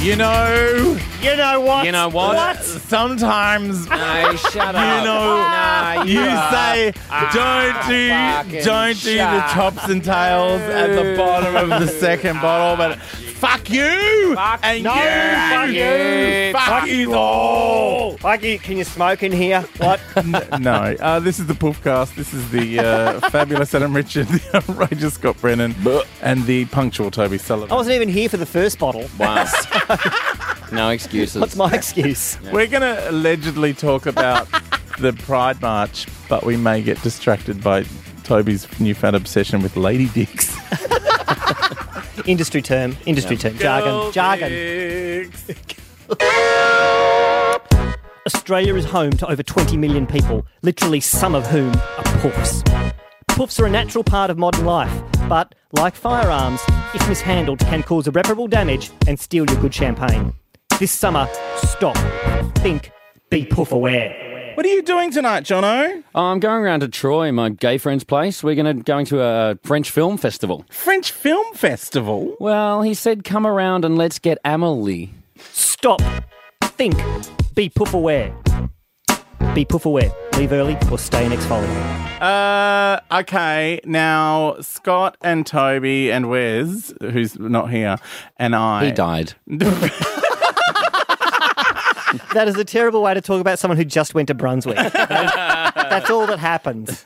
You know, You know what? You know what? sometimes No, shut up. know, Nah, you are say a don't do fucking don't do the shark." tops and tails at the bottom of the second bottle, but fuck you Fuck and no, you, fuck and you, fuck fuck you all. Mikey, can you smoke in here? What? No, uh, this is the Poofcast. This is the uh, fabulous Adam Richard, the outrageous Scott Brennan, and the punctual Toby Sullivan. I wasn't even here for the first bottle. Wow. no excuses. What's my excuse? We're going to allegedly talk about the Pride March, but we may get distracted by Toby's newfound obsession with lady dicks. Industry term, industry term, jargon, jargon. Dicks. Australia is home to over 20 million people, literally some of whom are poofs. Poofs are a natural part of modern life, but like firearms, if mishandled, can cause irreparable damage and steal your good champagne. This summer, stop, think, be poof aware. What are you doing tonight, Jono? Oh, I'm going around to Troy, my gay friend's place. We're going to going to a French film festival. French Film Festival? Well, he said, come around and let's get Amelie. Stop, think, be poof aware. Be poof aware. Leave early or stay next holiday. Uh, okay. Now, Scott and Toby and Wes, who's not here, and I. He died. That is a terrible way to talk about someone who just went to Brunswick. That's all that happens.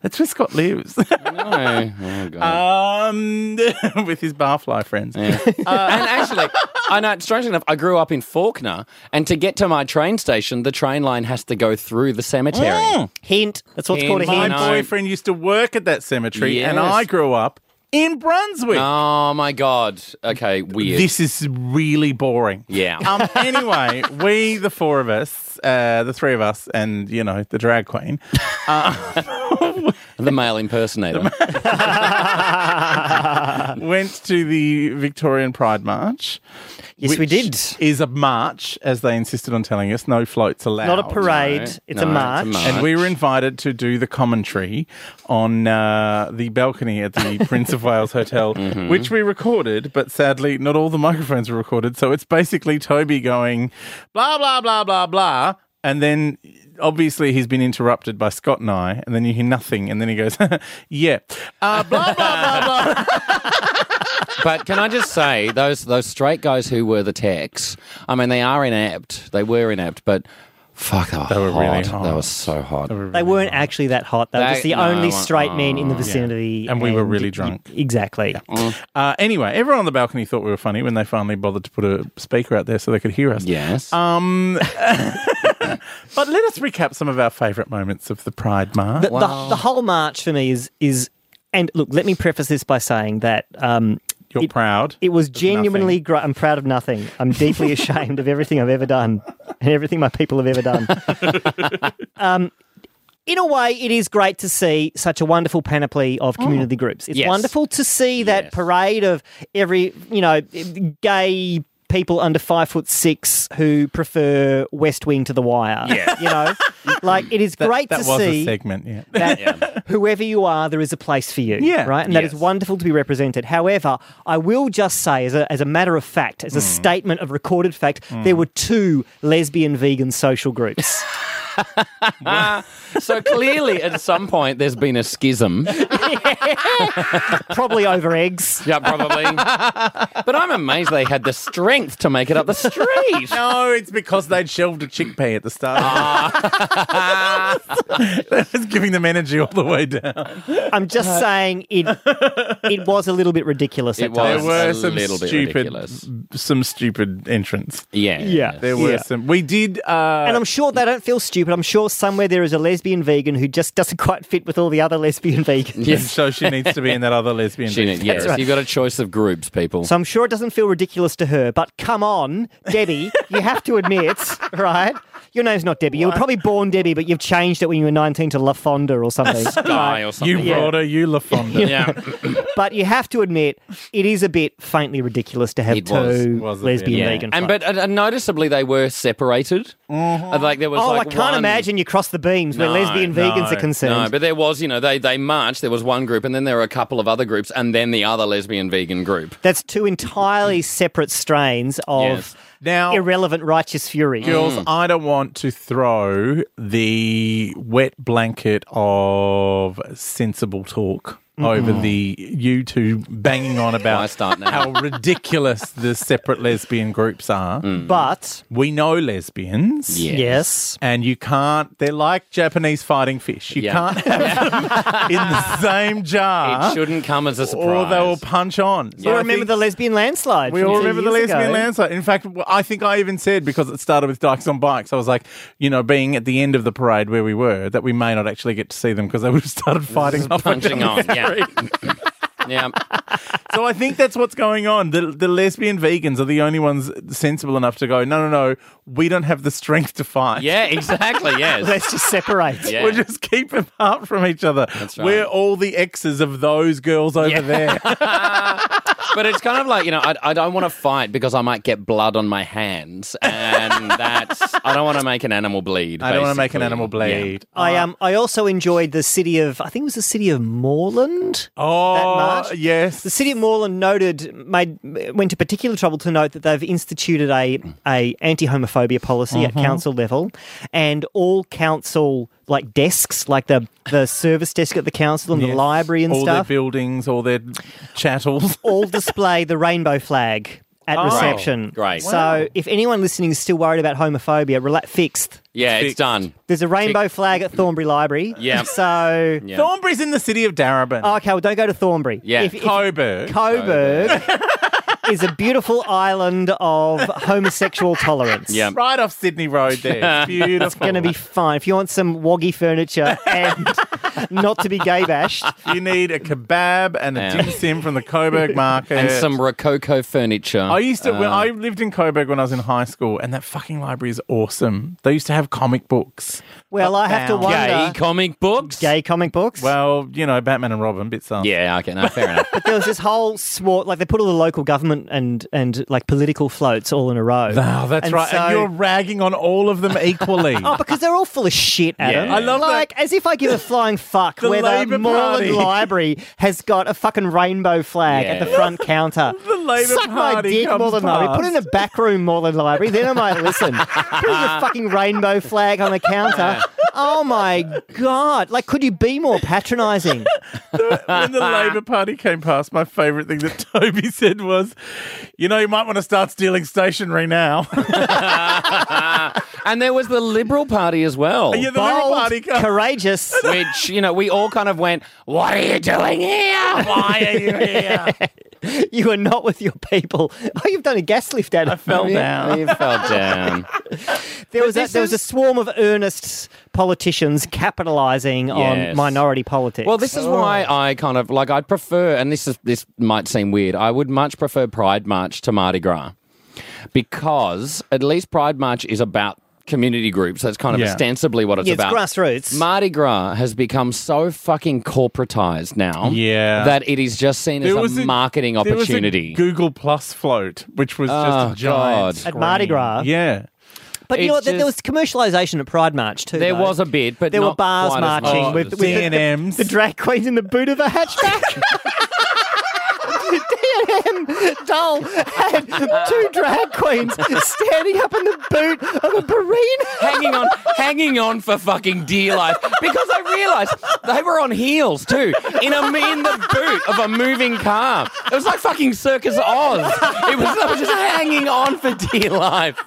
That's where Scott lives. No. Oh, God. um, with his barfly friends. uh, and actually, I know, strangely enough, I grew up in Faulkner, and to get to my train station, the train line has to go through the cemetery. Mm. Hint. That's what's called a Hint. My hint. No. boyfriend used to work at that cemetery, and Yes. I grew up in Brunswick. Oh, my God. Okay, weird. This is really boring. yeah. Um, anyway, we, the four of us, uh, the three of us, and, you know, the drag queen, the male impersonator. went to the Victorian Pride March. Yes, we which did. Is a march, as they insisted on telling us. No floats allowed. Not a parade. No, it's no, a march. it's a march. And we were invited to do the commentary on uh, the balcony at the Prince of Wales Hotel, Mm-hmm. which we recorded, but sadly, not all the microphones were recorded. So it's basically Toby going, blah, blah, blah, blah, blah. And then obviously he's been interrupted by Scott and I, and then you hear nothing. And then he goes, yeah, uh, blah, blah, blah, blah. But can I just say those those straight guys who were the techs? I mean, they are inept. They were inept, but fuck, they were, were hot. really hot. They were so hot. They weren't actually that hot. They were just They- the no, only uh, straight men in the vicinity. And we were really drunk. Exactly. Uh, anyway, everyone on the balcony thought we were funny when they finally bothered to put a speaker out there so they could hear us. yes. But let us recap some of our favourite moments of the Pride March. The, the- the, whole march for me is is and look, let me preface this by saying that um, You're it- proud. It was genuinely great. I'm proud of nothing. I'm deeply ashamed of everything I've ever done and everything my people have ever done. um, in a way, it is great to see such a wonderful panoply of Oh, community groups. It's Yes. wonderful to see that Yes. parade of every, you know, gay people under five foot six who prefer West Wing to The Wire. Yeah. You know, like it is That, great that to was see a segment, yeah. that whoever you are, there is a place for you. Yeah. Right? And that is Yes. wonderful to be represented. However, I will just say, as a, as a matter of fact, Mm. as a statement of recorded fact, there were two lesbian vegan social groups. so clearly, at some point, there's been a schism. Probably over eggs. Yeah, probably. but I'm amazed they had the strength to make it up the street. No, it's because they'd shelved a chickpea at the start. that was Ah. giving them energy all the way down. I'm just saying it it was a little bit ridiculous Uh, It at times. There was. were Oh, a some little bit stupid, ridiculous. some stupid entrants. Yeah. Yeah. There were Yeah. some. We did. Uh, And I'm sure they don't feel stupid. I'm sure somewhere there is a lesbian vegan who just doesn't quite fit with all the other lesbian vegans. and so she needs to be in that other lesbian. She group. knew- yes, right. you've got a choice of groups, people. So I'm sure it doesn't feel ridiculous to her, but come on, Debbie, you have to admit, right? Your name's not Debbie. You were probably born Debbie, but you've changed it when you were 19 to LaFonda or something. Guy or You something. Yeah. brought her, you LaFonda. yeah. But you have to admit, it is a bit faintly ridiculous to have It two was- was a bit, lesbian yeah. vegan. And folk. but uh, uh, noticeably they were separated. Uh, Like there was oh, like I can't can't imagine you cross the beams where No, lesbian no, vegans are No, concerned. but there was, you know, they, they marched. There was one group, and then there were a couple of other groups, and then the other lesbian vegan group. That's two entirely separate strains of Yes. Now- irrelevant righteous fury. Girls, Mm. I don't want to throw the wet blanket of sensible talk over the you two banging on Why about start now? how ridiculous the separate lesbian groups are. But We know lesbians. Mm. Yeah. yes, And you can't, they're like Japanese fighting fish. You Yeah. can't have them in the same jar It shouldn't come as a surprise. Uh-huh. or they will punch on. So we I remember think- the lesbian landslide. we from all two remember the years lesbian ago. landslide. In fact, w- I think I even said because it started with Dykes on Bikes, I was like, you know, being at the end of the parade where we were, that we may not actually get to see them because they would have started fighting off punching each on. other. Yeah. yeah. So I think that's what's going on. The, the lesbian vegans are the only ones sensible enough to go, no, no, no, we don't have the strength to fight. Yeah, exactly. Yes. Let's just separate. Yeah. We'll just keep apart from each other. That's right. We're all the exes of those girls over there. But it's kind of like, you know, I, I don't want to fight because I might get blood on my hands. And that's, I don't want to make an animal bleed. I don't want to make an basically. animal bleed. I Uh, um I also enjoyed the city of I think it was the city of Moreland. Oh, march? yes. The city of Moreland noted made went to particular trouble to note that they've instituted a a anti homophobia policy Mm-hmm. at council level, and all council like desks, like the the service desk at the council and the Yes. library and all stuff, their buildings, all their chattels. all display the rainbow flag at reception. Oh, Great. So if anyone listening is still worried about homophobia, rela- fixed. Yeah, it's Fixed. done. There's a rainbow flag at Thornbury Library. Yeah. So. Yeah. Thornbury's in the city of Darabin. Okay, well, don't go to Thornbury. Yeah. Oh, If- if- Coburg. Coburg is a beautiful island of homosexual tolerance. Yeah. right off Sydney Road there. It's beautiful. it's Going to be fun. If you want some woggy furniture and not to be gay bashed, You need a kebab and a Yeah. dim sim from the Coburg market. And some Uh, Rococo furniture. I used to. when I lived in Coburg when I was in high school, and that fucking library is awesome. They used to have comic books. well, I have to Upbound. wonder. Gay comic books? Gay comic books. Well, you know, Batman and Robin, bits on. Yeah, okay, no, fair enough. there was this whole swat, like they put all the local government and and like political floats all in a row. Oh, that's And right. so- and you're ragging on all of them equally. Oh, because they're all full of shit, Adam. Yeah. I love like as if I give a flying fuck The whether Labour Party. Moreland Library has got a fucking rainbow flag at Yeah. the front counter. The Labour Suck my Party dick, comes Moreland Library. Put it in a back room, Moreland Library. Then I might listen. Put your fucking rainbow flag on the counter. Oh my god! Like, could you be more patronising? when the Labour Party came past, my favourite thing that Toby said was, "You know, you might want to start stealing stationery now." and there was the Liberal Party as well. yeah, the Labour Bold, Party. Come- courageous. Which, you know, we all kind of went, What are you doing here? Why are you here? You are not with your people. Oh, you've done a gas lift, Adam. fell down. You fell down. There was a, this there was a is- swarm of earnest politicians capitalising on Yes. minority politics. Well, this is why Oh. I kind of like I prefer, and this is this might seem weird. I would much prefer Pride March to Mardi Gras because at least Pride March is about community groups. That's kind of Yeah. ostensibly what it's Yeah, it's about. grassroots. Mardi Gras has become so fucking corporatized now, Yeah. that it is just seen as a, marketing there was a opportunity. Google Plus float, which was just Oh, a giant God. At Mardi screen. Gras? Yeah. but you it's know what? There- there was just- commercialisation at Pride March too. there though. was a bit, but there were not bars quite Oh, as marching much with, as- with the- the- D&Ms. the, drag queens in the boot of a hatchback. D&M doll had two drag queens standing up in the boot of a barina. hanging on, hanging on for fucking dear life because I realised they were on heels too in a in the boot of a moving car. It was like fucking Circus Oz. It was they were just hanging on for dear life.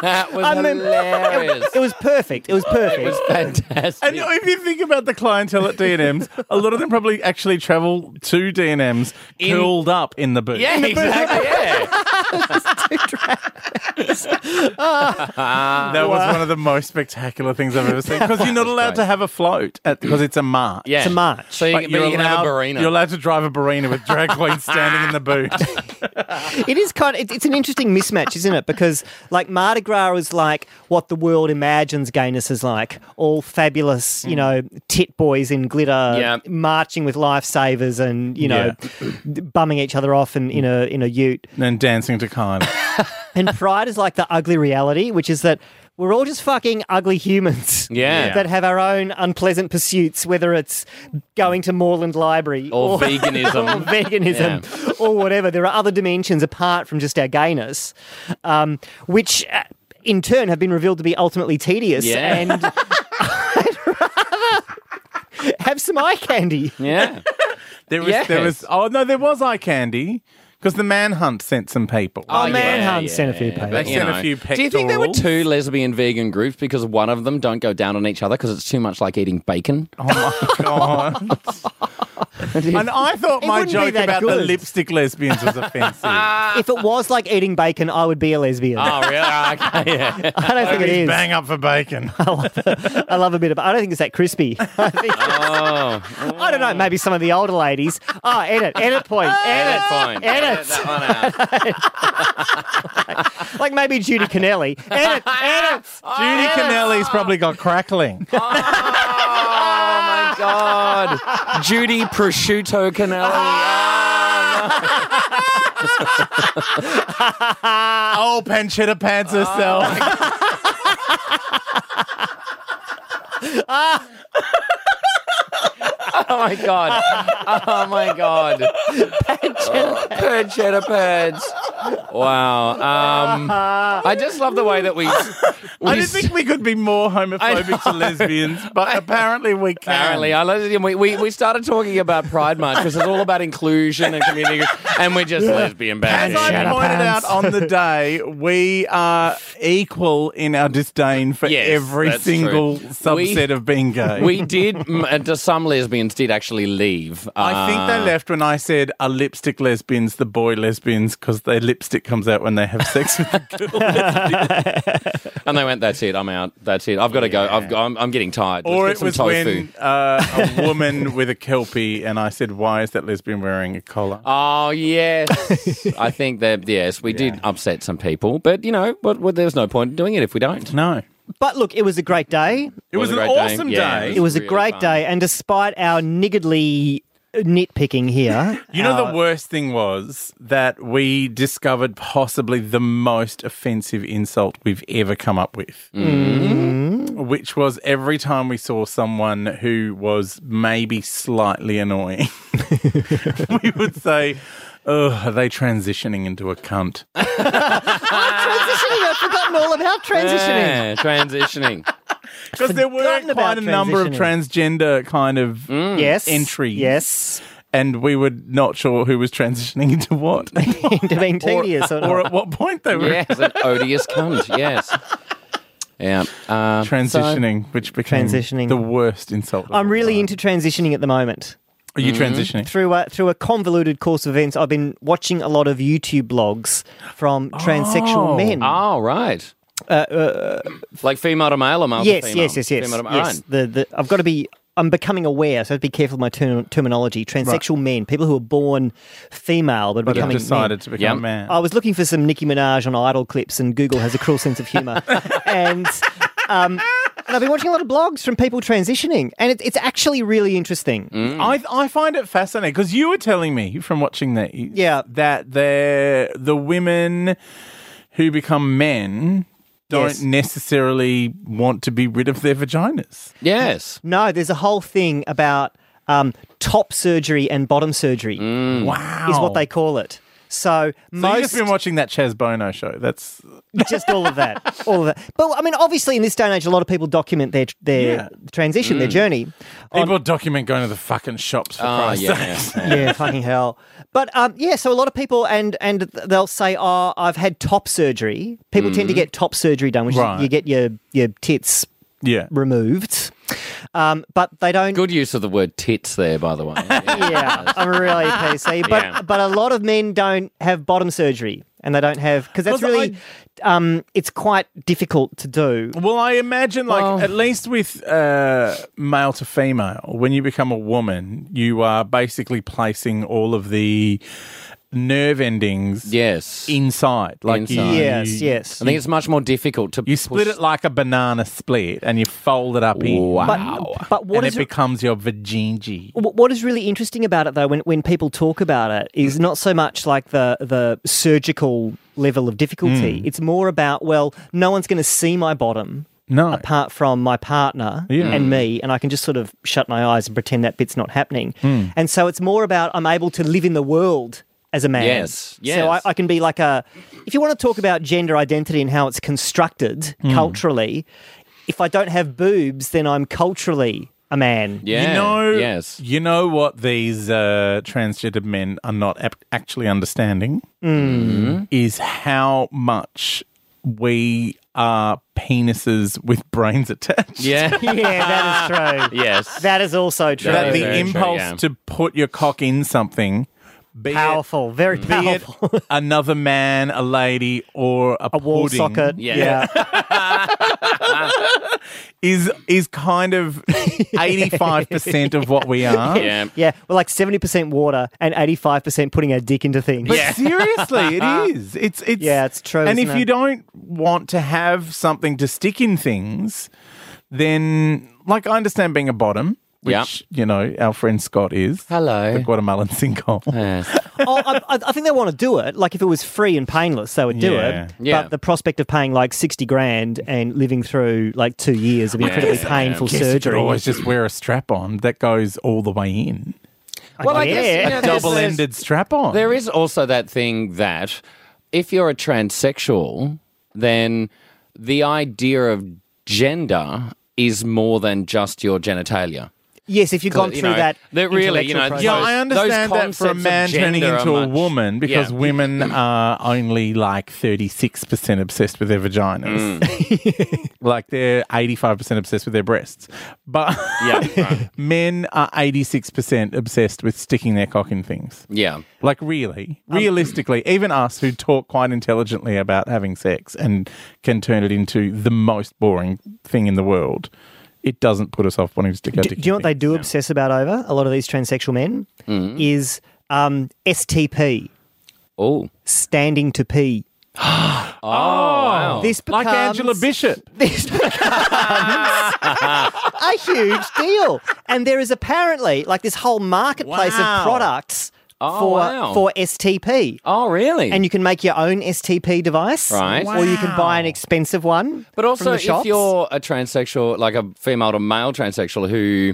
That was I mean, hilarious. It was perfect. It was perfect. It was fantastic. And if you think about the clientele at D&M's, a lot of them probably actually travel to D&M's In- curled up in the booth. yeah, exactly. Yeah. That was one of the most spectacular things I've ever seen because you're not allowed to have a float at, because it's a march. yeah. It's a march. So you, But but you're, you can allowed, have a barina. you're allowed to drive a barina with drag queens standing in the boot. It is kind of, it- it's an interesting mismatch, isn't it? Because like Mardi Gras is like what the world imagines gayness is like. All fabulous, you know, tit boys in glitter Hmm. Yeah. marching with lifesavers and, you know, bumming each other off in, in a in a ute. and dancing to kind. And pride is like the ugly reality, which is that we're all just fucking ugly humans. Yeah. That have our own unpleasant pursuits, whether it's going to Moreland Library Or or or veganism. veganism or whatever. There are other dimensions apart from just our gayness, um, which uh, in turn have been revealed to be ultimately tedious Yeah. and. I'd rather Have some eye candy. Yeah. There was, Yes. there was. Oh no, there was eye candy because the manhunt sent some people. Oh, yeah, Manhunt yeah, sent a few papers. They you sent a know. few Do you think there were pectorals. two lesbian vegan groups because one of them don't go down on each other because it's too much like eating bacon? Oh my god! and I thought It my wouldn't be joke that about the good. lipstick lesbians was offensive. If it was like eating bacon, I would be a lesbian. Oh, really? Okay, yeah. I don't think it is. Bang up for bacon. I love a bit of. I don't think it's that crispy. I, think, I don't know. Maybe some of the older ladies. Oh, edit, edit point, edit, Fine. edit. Like maybe Judy Canelli. Edit, edit. Judy Canelli's probably got crackling. Oh my god. Judy Prosciutto Canelli. Ah! oh, pancetta pants herself. Oh my god. Oh my god. Pancetta pads. Wow. Um, I just love the way that we. we I didn't think we could be more homophobic to lesbians, but apparently we can. Apparently, I loved it. And We, we, we started talking about Pride March because it's all about inclusion and community, and we're just lesbian As bashing. I Shut up, pointed Hans. out on the day, we are equal in our disdain for Yes, every that's single true. subset We- of being gay. We did. mm, and to some lesbians did actually leave. I think they Uh, left when I said, are lipstick lesbians the boy lesbians? Because their lipstick comes out when they have sex with the girl. and they went. That's it. I'm out. That's it. I've got to go. I've, got- I'm, I'm getting tired. Let's or it get some was tofu. when uh, a woman with a kelpie, and I said, why is that lesbian wearing a collar? Oh yes, I think that yes, we did upset some people, but you know, but, but there's no point in doing it if we don't. no. But look, it was a great day. It was, Was a an great day. awesome Yeah, day. It was a Really great fun. day, and despite our niggardly nitpicking here, You know, the worst thing was that we discovered possibly the most offensive insult we've ever come up with, Mm. which was every time we saw someone who was maybe slightly annoying, we would say, Oh, are they transitioning into a cunt? transitioning. I've uh, forgotten all about transitioning. Yeah, transitioning. Because there were Forgotten quite a about Mm. number of transgender kind of, Yes. Entries. Yes. and we were not sure who was transitioning into what, Into being or, tedious. or not. or at what point they were yes, an odious cunt. Yes. Yeah. Um, transitioning, which became Transitioning. the worst insult. of all I'm really time. into transitioning at the moment. Are you transitioning? through a, through a convoluted course of events, I've been watching a lot of YouTube blogs from transsexual Oh. men. oh right. like female to male or male yes, to female? yes, yes, yes, Female to- yes. Alright. The, the, I've got to be. I'm becoming aware, so I have to be careful of my term, terminology. Transsexual men, people who are born female but, But I've becoming decided men. to become Yeah. a man. I was looking for some Nicki Minaj on Idol clips, and Google has a cruel sense of humour. and um, and I've been watching a lot of blogs from people transitioning, and it, it's actually really interesting. I, I find it fascinating because you were telling me from watching that, Yeah. that they're, the women who become men don't Yes. necessarily want to be rid of their vaginas. Yes. No, there's a whole thing about um, top surgery and bottom surgery. Wow, is what they call it. So, Mm. Oh. So you've most just been watching that Chaz Bono show. That's just all of that, all of that. But I mean, obviously, in this day and age, a lot of people document their their Yeah. Mm. transition, their journey. people document going to the fucking shops for Oh Christ's yeah. sake. yeah. yeah, fucking hell. But um, yeah, so a lot of people and and they'll say, "Oh, I've had top surgery." People Mm-hmm. tend to get top surgery done, which Right. is you get your your tits Yeah, removed, um, but they don't. Good use of the word tits there, by the way. Yeah. Yeah, I'm really PC. But Yeah. but a lot of men don't have bottom surgery, and they don't have because that's 'Cause really. um, it's quite difficult to do. Well, I imagine, like, Well- at least with uh, male to female, when you become a woman, you are basically placing all of the nerve endings Yes. inside. Like Inside. You, yes, you- yes. I think it's much more difficult to You split push- it like a banana split, and you fold it up in. Wow. But, but what and is it becomes your vajinji. Wh- What is really interesting about it, though, when, when people talk about it, Mm. is not so much like the, the surgical level of Mm. difficulty. It's more about, well, no one's going to see my bottom No. apart from my partner Yeah. Mm. and me, and I can just sort of shut my eyes and pretend that bit's not happening. Mm. And so it's more about I'm able to live in the world as a man. Yes, So I, yes. I can be like a. If you want to talk about gender identity and how it's constructed Mm. culturally, if I don't have boobs, then I'm culturally a man. Yeah. You know, Yes. you know what these uh, transgender men are not ap- actually understanding Mm-hmm. is how much we are penises with brains attached. Yeah. yeah, that is true. yes. That is also true. That Yeah, the very true, impulse yeah. to put your cock in something, be it- powerful, very be it powerful. another man, a lady, or a, A wall pudding, socket. Yeah. is is kind of eighty five percent of what we are. yeah. Yeah, we're like 70% water and 85% putting our dick into things. But seriously, it is. It's it's Yeah, it's true, And if isn't you it? don't want to have something to stick in things, then like I understand being a bottom, which Yeah. you know our friend Scott is. Hello. the Guatemalan sinkhole. Yes. oh, I, I I think they want to do it. Like if it was free and painless, they would do Yeah. it. Yeah. But the prospect of paying like 60 grand and living through like two years of incredibly guess- painful Guess you could surgery. always just wear a strap on that goes all the way in. Well, I guess Yeah. you know, there's- Double ended strap on. There is also that thing that if you're a transsexual, then the idea of gender is more than just your genitalia. yes, if you've gone through you know, that. that really, you know, intellectual Yeah, Those- I process. understand those that for a concepts man of turning gender into are a much- woman because Yeah. women are only like 36% obsessed with their vaginas. Mm. like they're 85% obsessed with their breasts. But Yeah. right. men are 86% obsessed with sticking their cock in things. Yeah. Like, really, Um, realistically, even us who talk quite intelligently about having sex and can turn it into the most boring thing in the world, it doesn't put us off wanting to stick our Do, dick do in you know what things. they do obsess about over? A lot of these transsexual men is um, STP, Oh. standing to pee. Wow. This Like becomes, Angela Bishop. This becomes a huge deal, and there is apparently like this whole marketplace Wow. of products Oh, for wow. for STP. oh, really? And you can make your own STP device, Right. Or you can buy an Wow. expensive one. But from also, the if shops. you're a transsexual, like a female to male transsexual who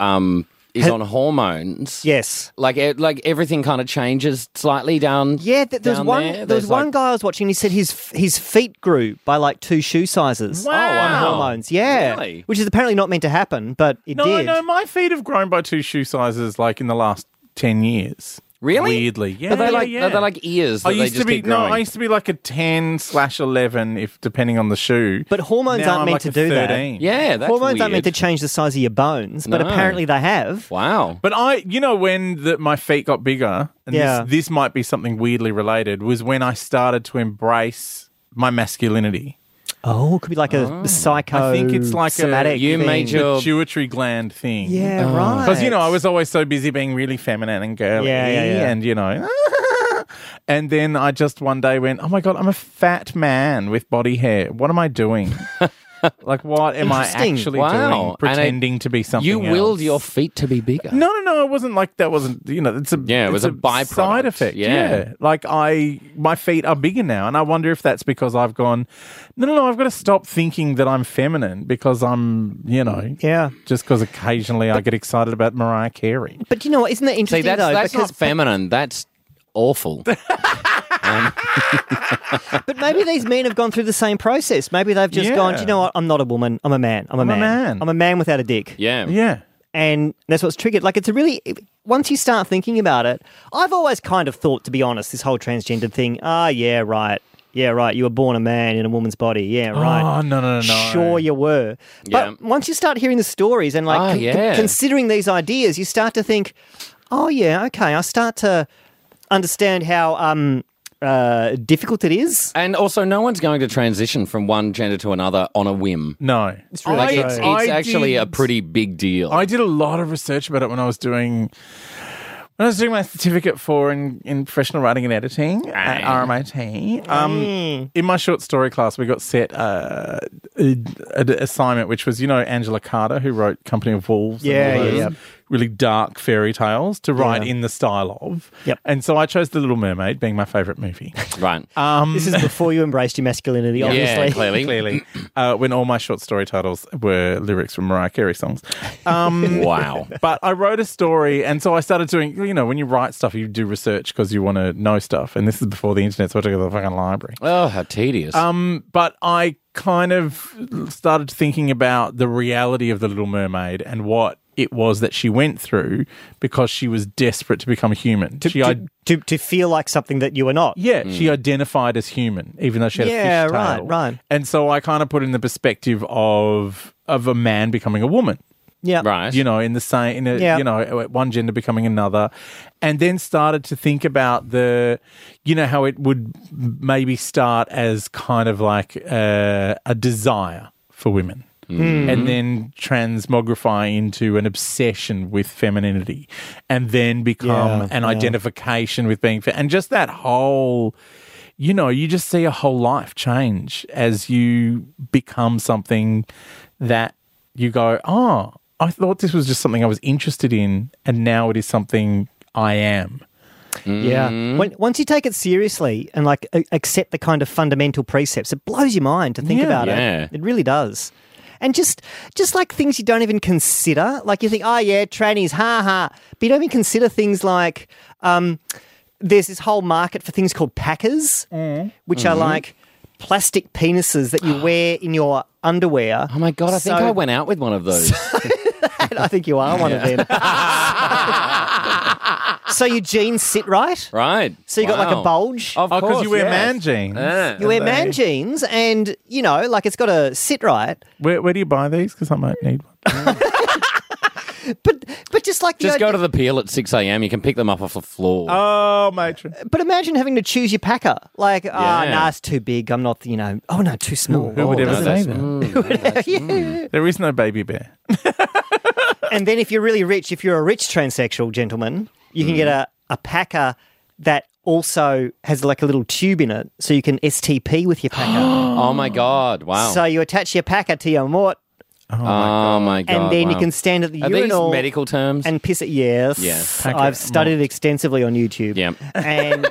um, is on hormones, yes, like e- like everything kind of changes slightly down. yeah, th- there's down one. there. There, There's was one like- guy I was watching. He said his f- his feet grew by like two shoe sizes. Wow. on hormones. Yeah, Really? which is apparently not meant to happen, but it No, did. no, my feet have grown by two shoe sizes like in the last ten yease. Really? Weirdly, yeah. Are they yeah, like yeah. are they like ears? That I they used just to be keep no, growing? I used to be like a ten slash eleven, if depending on the shoe. But hormones Now aren't I'm meant like to a do that. 13. yeah, that's Hormones weird. aren't meant to change the size of your bones, but No. apparently they have. Wow. But I, you know, when the, my feet got bigger, and Yeah. this, this might be something weirdly related, was when I started to embrace my masculinity. Oh, it could be like a psycho. I think it's like a- somatic. you thing. made your- Pituitary gland thing. yeah right Because you know, I was always so busy being really feminine and girly, Yeah, yeah, yeah. and you know, and then I just one day went, "Oh my god, I'm a fat man with body hair. What am I doing? like, what am I Interesting. actually Wow. doing? And I- Pretending to be something? You willed else? your feet to be bigger. No, no, no. It wasn't like that. Wasn't you know? It's a Yeah, it it's was a byproduct. side effect. Yeah. like I, my feet are bigger now, and I wonder if that's because I've gone. No, no, no. I've got to stop thinking that I'm feminine because I'm, you know, yeah. just because occasionally I get excited about Mariah Carey. But you know what? Isn't that See, interesting that's though? that's because not feminine. That's awful. but maybe these men have gone through the same process. Maybe they've just Yeah. gone. Do you know what? I'm not a woman. I'm a man. I'm a I'm a man. man." I'm a man without a dick. Yeah. Yeah. and that's what's triggered. Like it's a really once you start thinking about it, I've always kind of thought, to be honest, this whole transgender thing. Ah, yeah, right. Yeah, right. You were born a man in a woman's body. Yeah, right. Oh, no, no, no, no. Sure, you were. Yeah. But once you start hearing the stories and like Ah, con- con- yeah. considering these ideas, you start to think, oh yeah, okay. I start to understand how um, uh, difficult it is. And also, no one's going to transition from one gender to another on a whim. No. It's really Like it's, it's actually a pretty big deal. I did a lot of research about it when I was doing When I was doing my certificate for in, in professional writing and editing at RMIT, um, in my short story class, we got set uh, an assignment, which was, you know, Angela Carter, who wrote Company of Wolves. and Yeah, all yeah, those yeah. Really dark fairy tales to write Yeah. in the style of. Yep. And so I chose The Little Mermaid, being my favourite movie. Right. this is before you embraced your masculinity, obviously. Um, yeah, clearly. Clearly, uh, when all my short story titles were lyrics from Mariah Carey songs. Um, Wow. but I wrote a story, and so I started doing. You know, when you write stuff, you do research because you want to know stuff. And this is before the internet, so I took it to the fucking library. Oh, how tedious. Um, but I kind of started thinking about the reality of the Little Mermaid and what it was that she went through because she was desperate to become human. she, To, i- to, to feel like something that you are not. yeah, she identified as human, even though she had Hmm. Yeah, a fish right, tail. right. And so I kind of put in the perspective of of a man becoming a woman. Yeah. right. You know, in the same, in a, Yeah. you know, one gender becoming another, and then started to think about the, you know, how it would maybe start as kind of like uh, a desire for women. Hmm. And then transmogrify into an obsession with femininity, and then become Yeah, an um, yeah. identification with being, fe- and just that whole you know, you just see a whole life change as you become something that you go, oh, I thought this was just something I was interested in, and now it is something I am. Yeah. Mm-hmm. When, once you take it seriously and like a- accept the kind of fundamental precepts, it blows your mind to think Yeah. about Yeah. it. It really does. And just just like things you don't even consider, like you think, oh yeah, trannies, ha ha, but you don't even consider things like um, there's this whole market for things called packers, which are Mm-hmm. like plastic penises that you wear in your underwear. oh my god, I think So- I went out with one of those. I think you are one of them. so your jeans sit right. right. So you got like a Wow. bulge. Of Oh, because course, you wear yes. man jeans. Yeah. You wear They- man jeans, and you know, like it's got to sit right. Where, where do you buy these? Because I might need one. But but just like the Just idea- go to the peel at 6 a.m. You can pick them up off the floor. Oh, matron. But imagine having to choose your packer. Like, ah, oh, Yeah. nah, it's too big. I'm not, you know. Oh no, too small. Who would Oh, ever doesn't say it? that? Yeah. There is no baby bear. And then if you're really rich, if you're a rich transsexual gentleman, you Mm. can get a a packer that also has like a little tube in it, so you can STP with your packer. oh my god. Wow. so you attach your packer to your mort, oh my god. and then you wow. can stand at the Are these urinal. medical terms? and piss it. Yes, Yes. Packer I've studied malt. it extensively on YouTube. Yep. and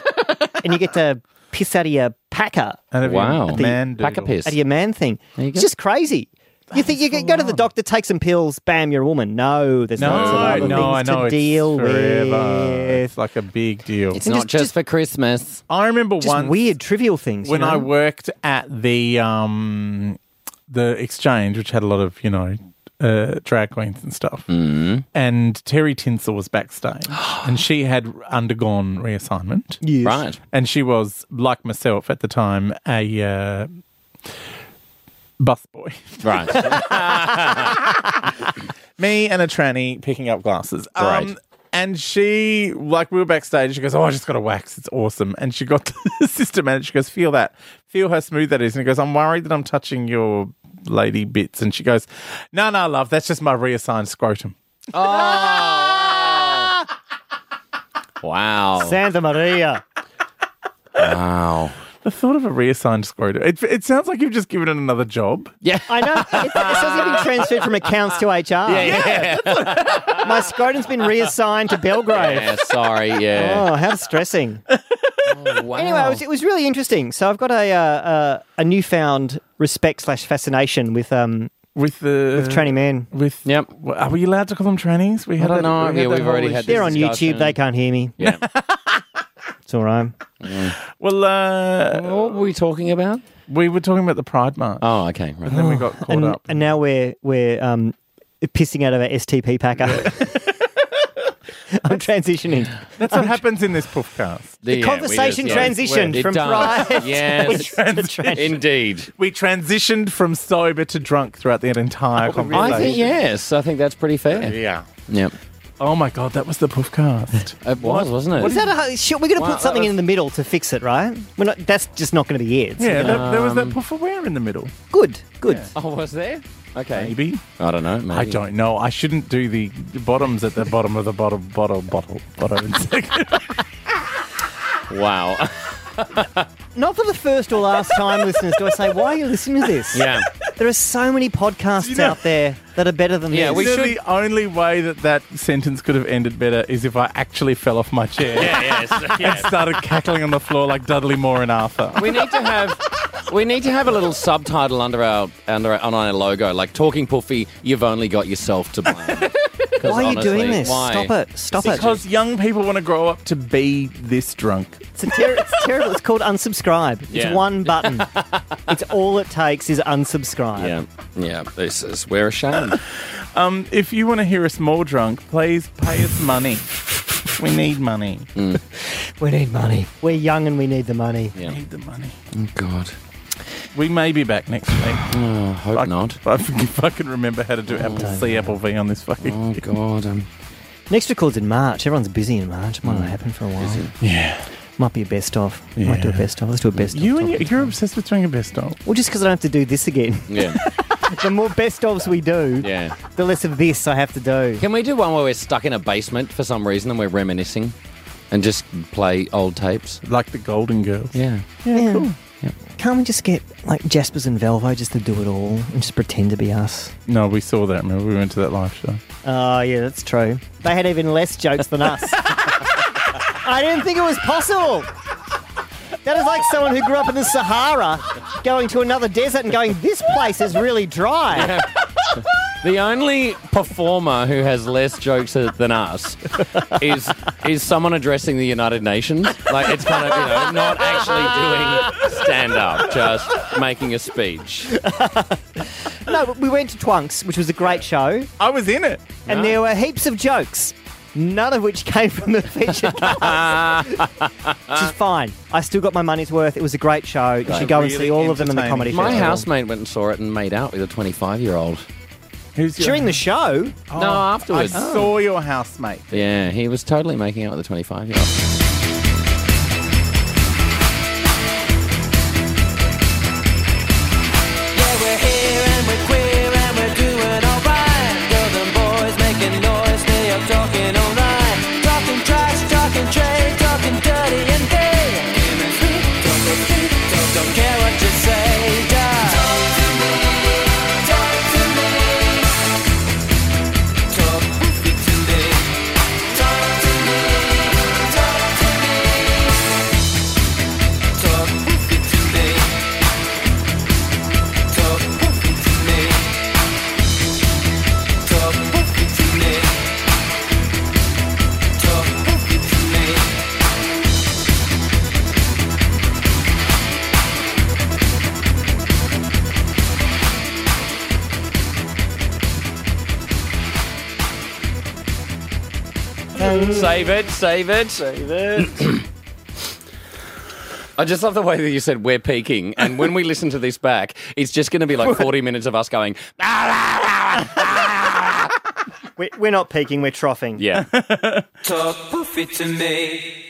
and you get to piss out of your packer, And if you- Wow. Man Pack a doodle. piss. out of your man thing. you It's go. just crazy. You think you can go to the doctor, take some pills, bam, you're a woman. No, there's No, lots of I- other no, I things know. to It's deal forever. with. It's like a big deal. it's not just- just, just- for Christmas. I remember Just one weird, trivial things. when you know? I worked at the um, the exchange, which had a lot of you know uh, drag queens and stuff, Mm-hmm. and Terry Tinsel was backstage, and she had undergone reassignment, Yes. Right. and she was like myself at the time a uh, busboy, Right. me and a tranny picking up glasses, Um, Right. and she, like, we were backstage. She goes, "Oh, I just got a wax. It's awesome." And she got to the sister manager. She goes, "Feel that. Feel how smooth that is." And he goes, "I'm worried that I'm touching your lady bits." And she goes, "No, no, love. That's just my reassigned scrotum." wow. Santa Maria. Wow. The thought of a reassigned scrotum. It, it sounds like you've just given it another job. Yeah. I know. It's, it sounds like being transferred from accounts to HR. yeah. My scrotum's been reassigned to Belgrave. Yeah, sorry. Yeah. Oh, how distressing. wow. Oh. Anyway, it was, it was really interesting. So I've got a uh, uh, a newfound respect slash fascination with um With the with tranny men. With Yep. Well, Are we allowed to call them trannies? We had don't that- know. we had Yeah, that we've whole already had issue. They're on Disgusting. YouTube. They can't hear me. yeah. It's all right. Well, uh, what were we talking about? we were talking about the Pride March, Oh, okay. Right. and then we got caught And, up. and now we're we're um, pissing out of our STP packer. I'm transitioning. That's what happens in this podcast. The conversation transitioned It from does. pride. Yes. Indeed. We transitioned from sober to drunk throughout the entire Oh, really? conversation. I think yes. I think that's pretty fair. Yeah. Yep. Oh my god, that was the Poofcast. It was, wasn't it? Is that a, shit, we're going to Well, put something uh, in the middle to fix it, right? We're not, that's just not going to be it. yeah, that, there was um, that poof aware in the middle. Good, good. oh, was there? Okay. Maybe. I don't know. Maybe. I don't know. I shouldn't do the bottoms at the bottom of the bottle, bottle, bottle, bottom. Wow. Not for the first or last time, listeners, do I say, why are you listening to this? yeah. There are so many podcasts You know- out there that are better than Yeah, this. we You know, should- The only way that that sentence could have ended better is if I actually fell off my chair yes. and started cackling on the floor like Dudley Moore and Arthur. We need to have we need to have a little subtitle under our under our, on our logo, like "Talking Puffy." You've only got yourself to blame. 'Cause why are you doing honestly, this? why? Stop it. Stop it. Because young people want to grow up to be this drunk. It's, a ter- it's terrible. It's called unsubscribe. It's Yeah. one button. it's all it takes is unsubscribe. Yeah, yeah. This is we're ashamed. If you want to hear us more drunk, please pay us money. We need money. Mm. We need money. We're young and we need the money. We need the money. Oh, God, We may be back next week. I hope Mm, not. If I can- if I can remember how to do Apple C, Apple V on this fucking. Oh God, um, Next record's in March. Everyone's busy in March. Might not happen for a while. Yeah. Might be a best of. Might do a Yeah. best of. Let's do a best of. You and top you, ten. you're obsessed with doing a best of. Well, just because I don't have to do this again. yeah, the more best ofs we do, yeah. the less of this I have to do. Can we do one where we're stuck in a basement for some reason and we're reminiscing, and just play old tapes? Like the Golden Girls. Yeah. Yeah. Yep. Can't we just get like Jaspers and Velvo just to do it all and just pretend to be us? No, we saw that. Remember, we went to that live show. Oh, yeah, that's true. They had even less jokes than us. I didn't think it was possible. That is like someone who grew up in the Sahara going to another desert and going, this place is really dry. The only performer who has less jokes than us is is someone addressing the United Nations. Like it's kind of you know not actually doing stand up, just making a speech. No, but we went to Twunks, which was a great show, I was in it. and there were heaps of jokes, none of which came from the feature cast. which is fine. I still got my money's worth. It was a great show. You should go and really see all of them in the entertaining. comedy My festival. housemate went and saw it and made out with a 25 year old. Who's During the show, Oh, No, afterwards. I saw your housemate. Yeah, he was totally making out with a 25 year old. Yeah, we're here and we're queer and we're doing alright. Girls and boys making noise, stay up talking all night. Talking trash, talking trade, talking dirty and gay. Don't, don't care what you say, just talk to me, talk to me, talk to me, talk to me, talk to me, talk to me. Talk poofy to me. Talk poofy to me. Talk poofy to me. save it, save it, save it. I just love the way that you said we're peaking, and when we listen to this back, it's just going to be like 40 minutes of us going, "Ah, we- we're not peaking, we're troughing. yeah. Talk poofy to me.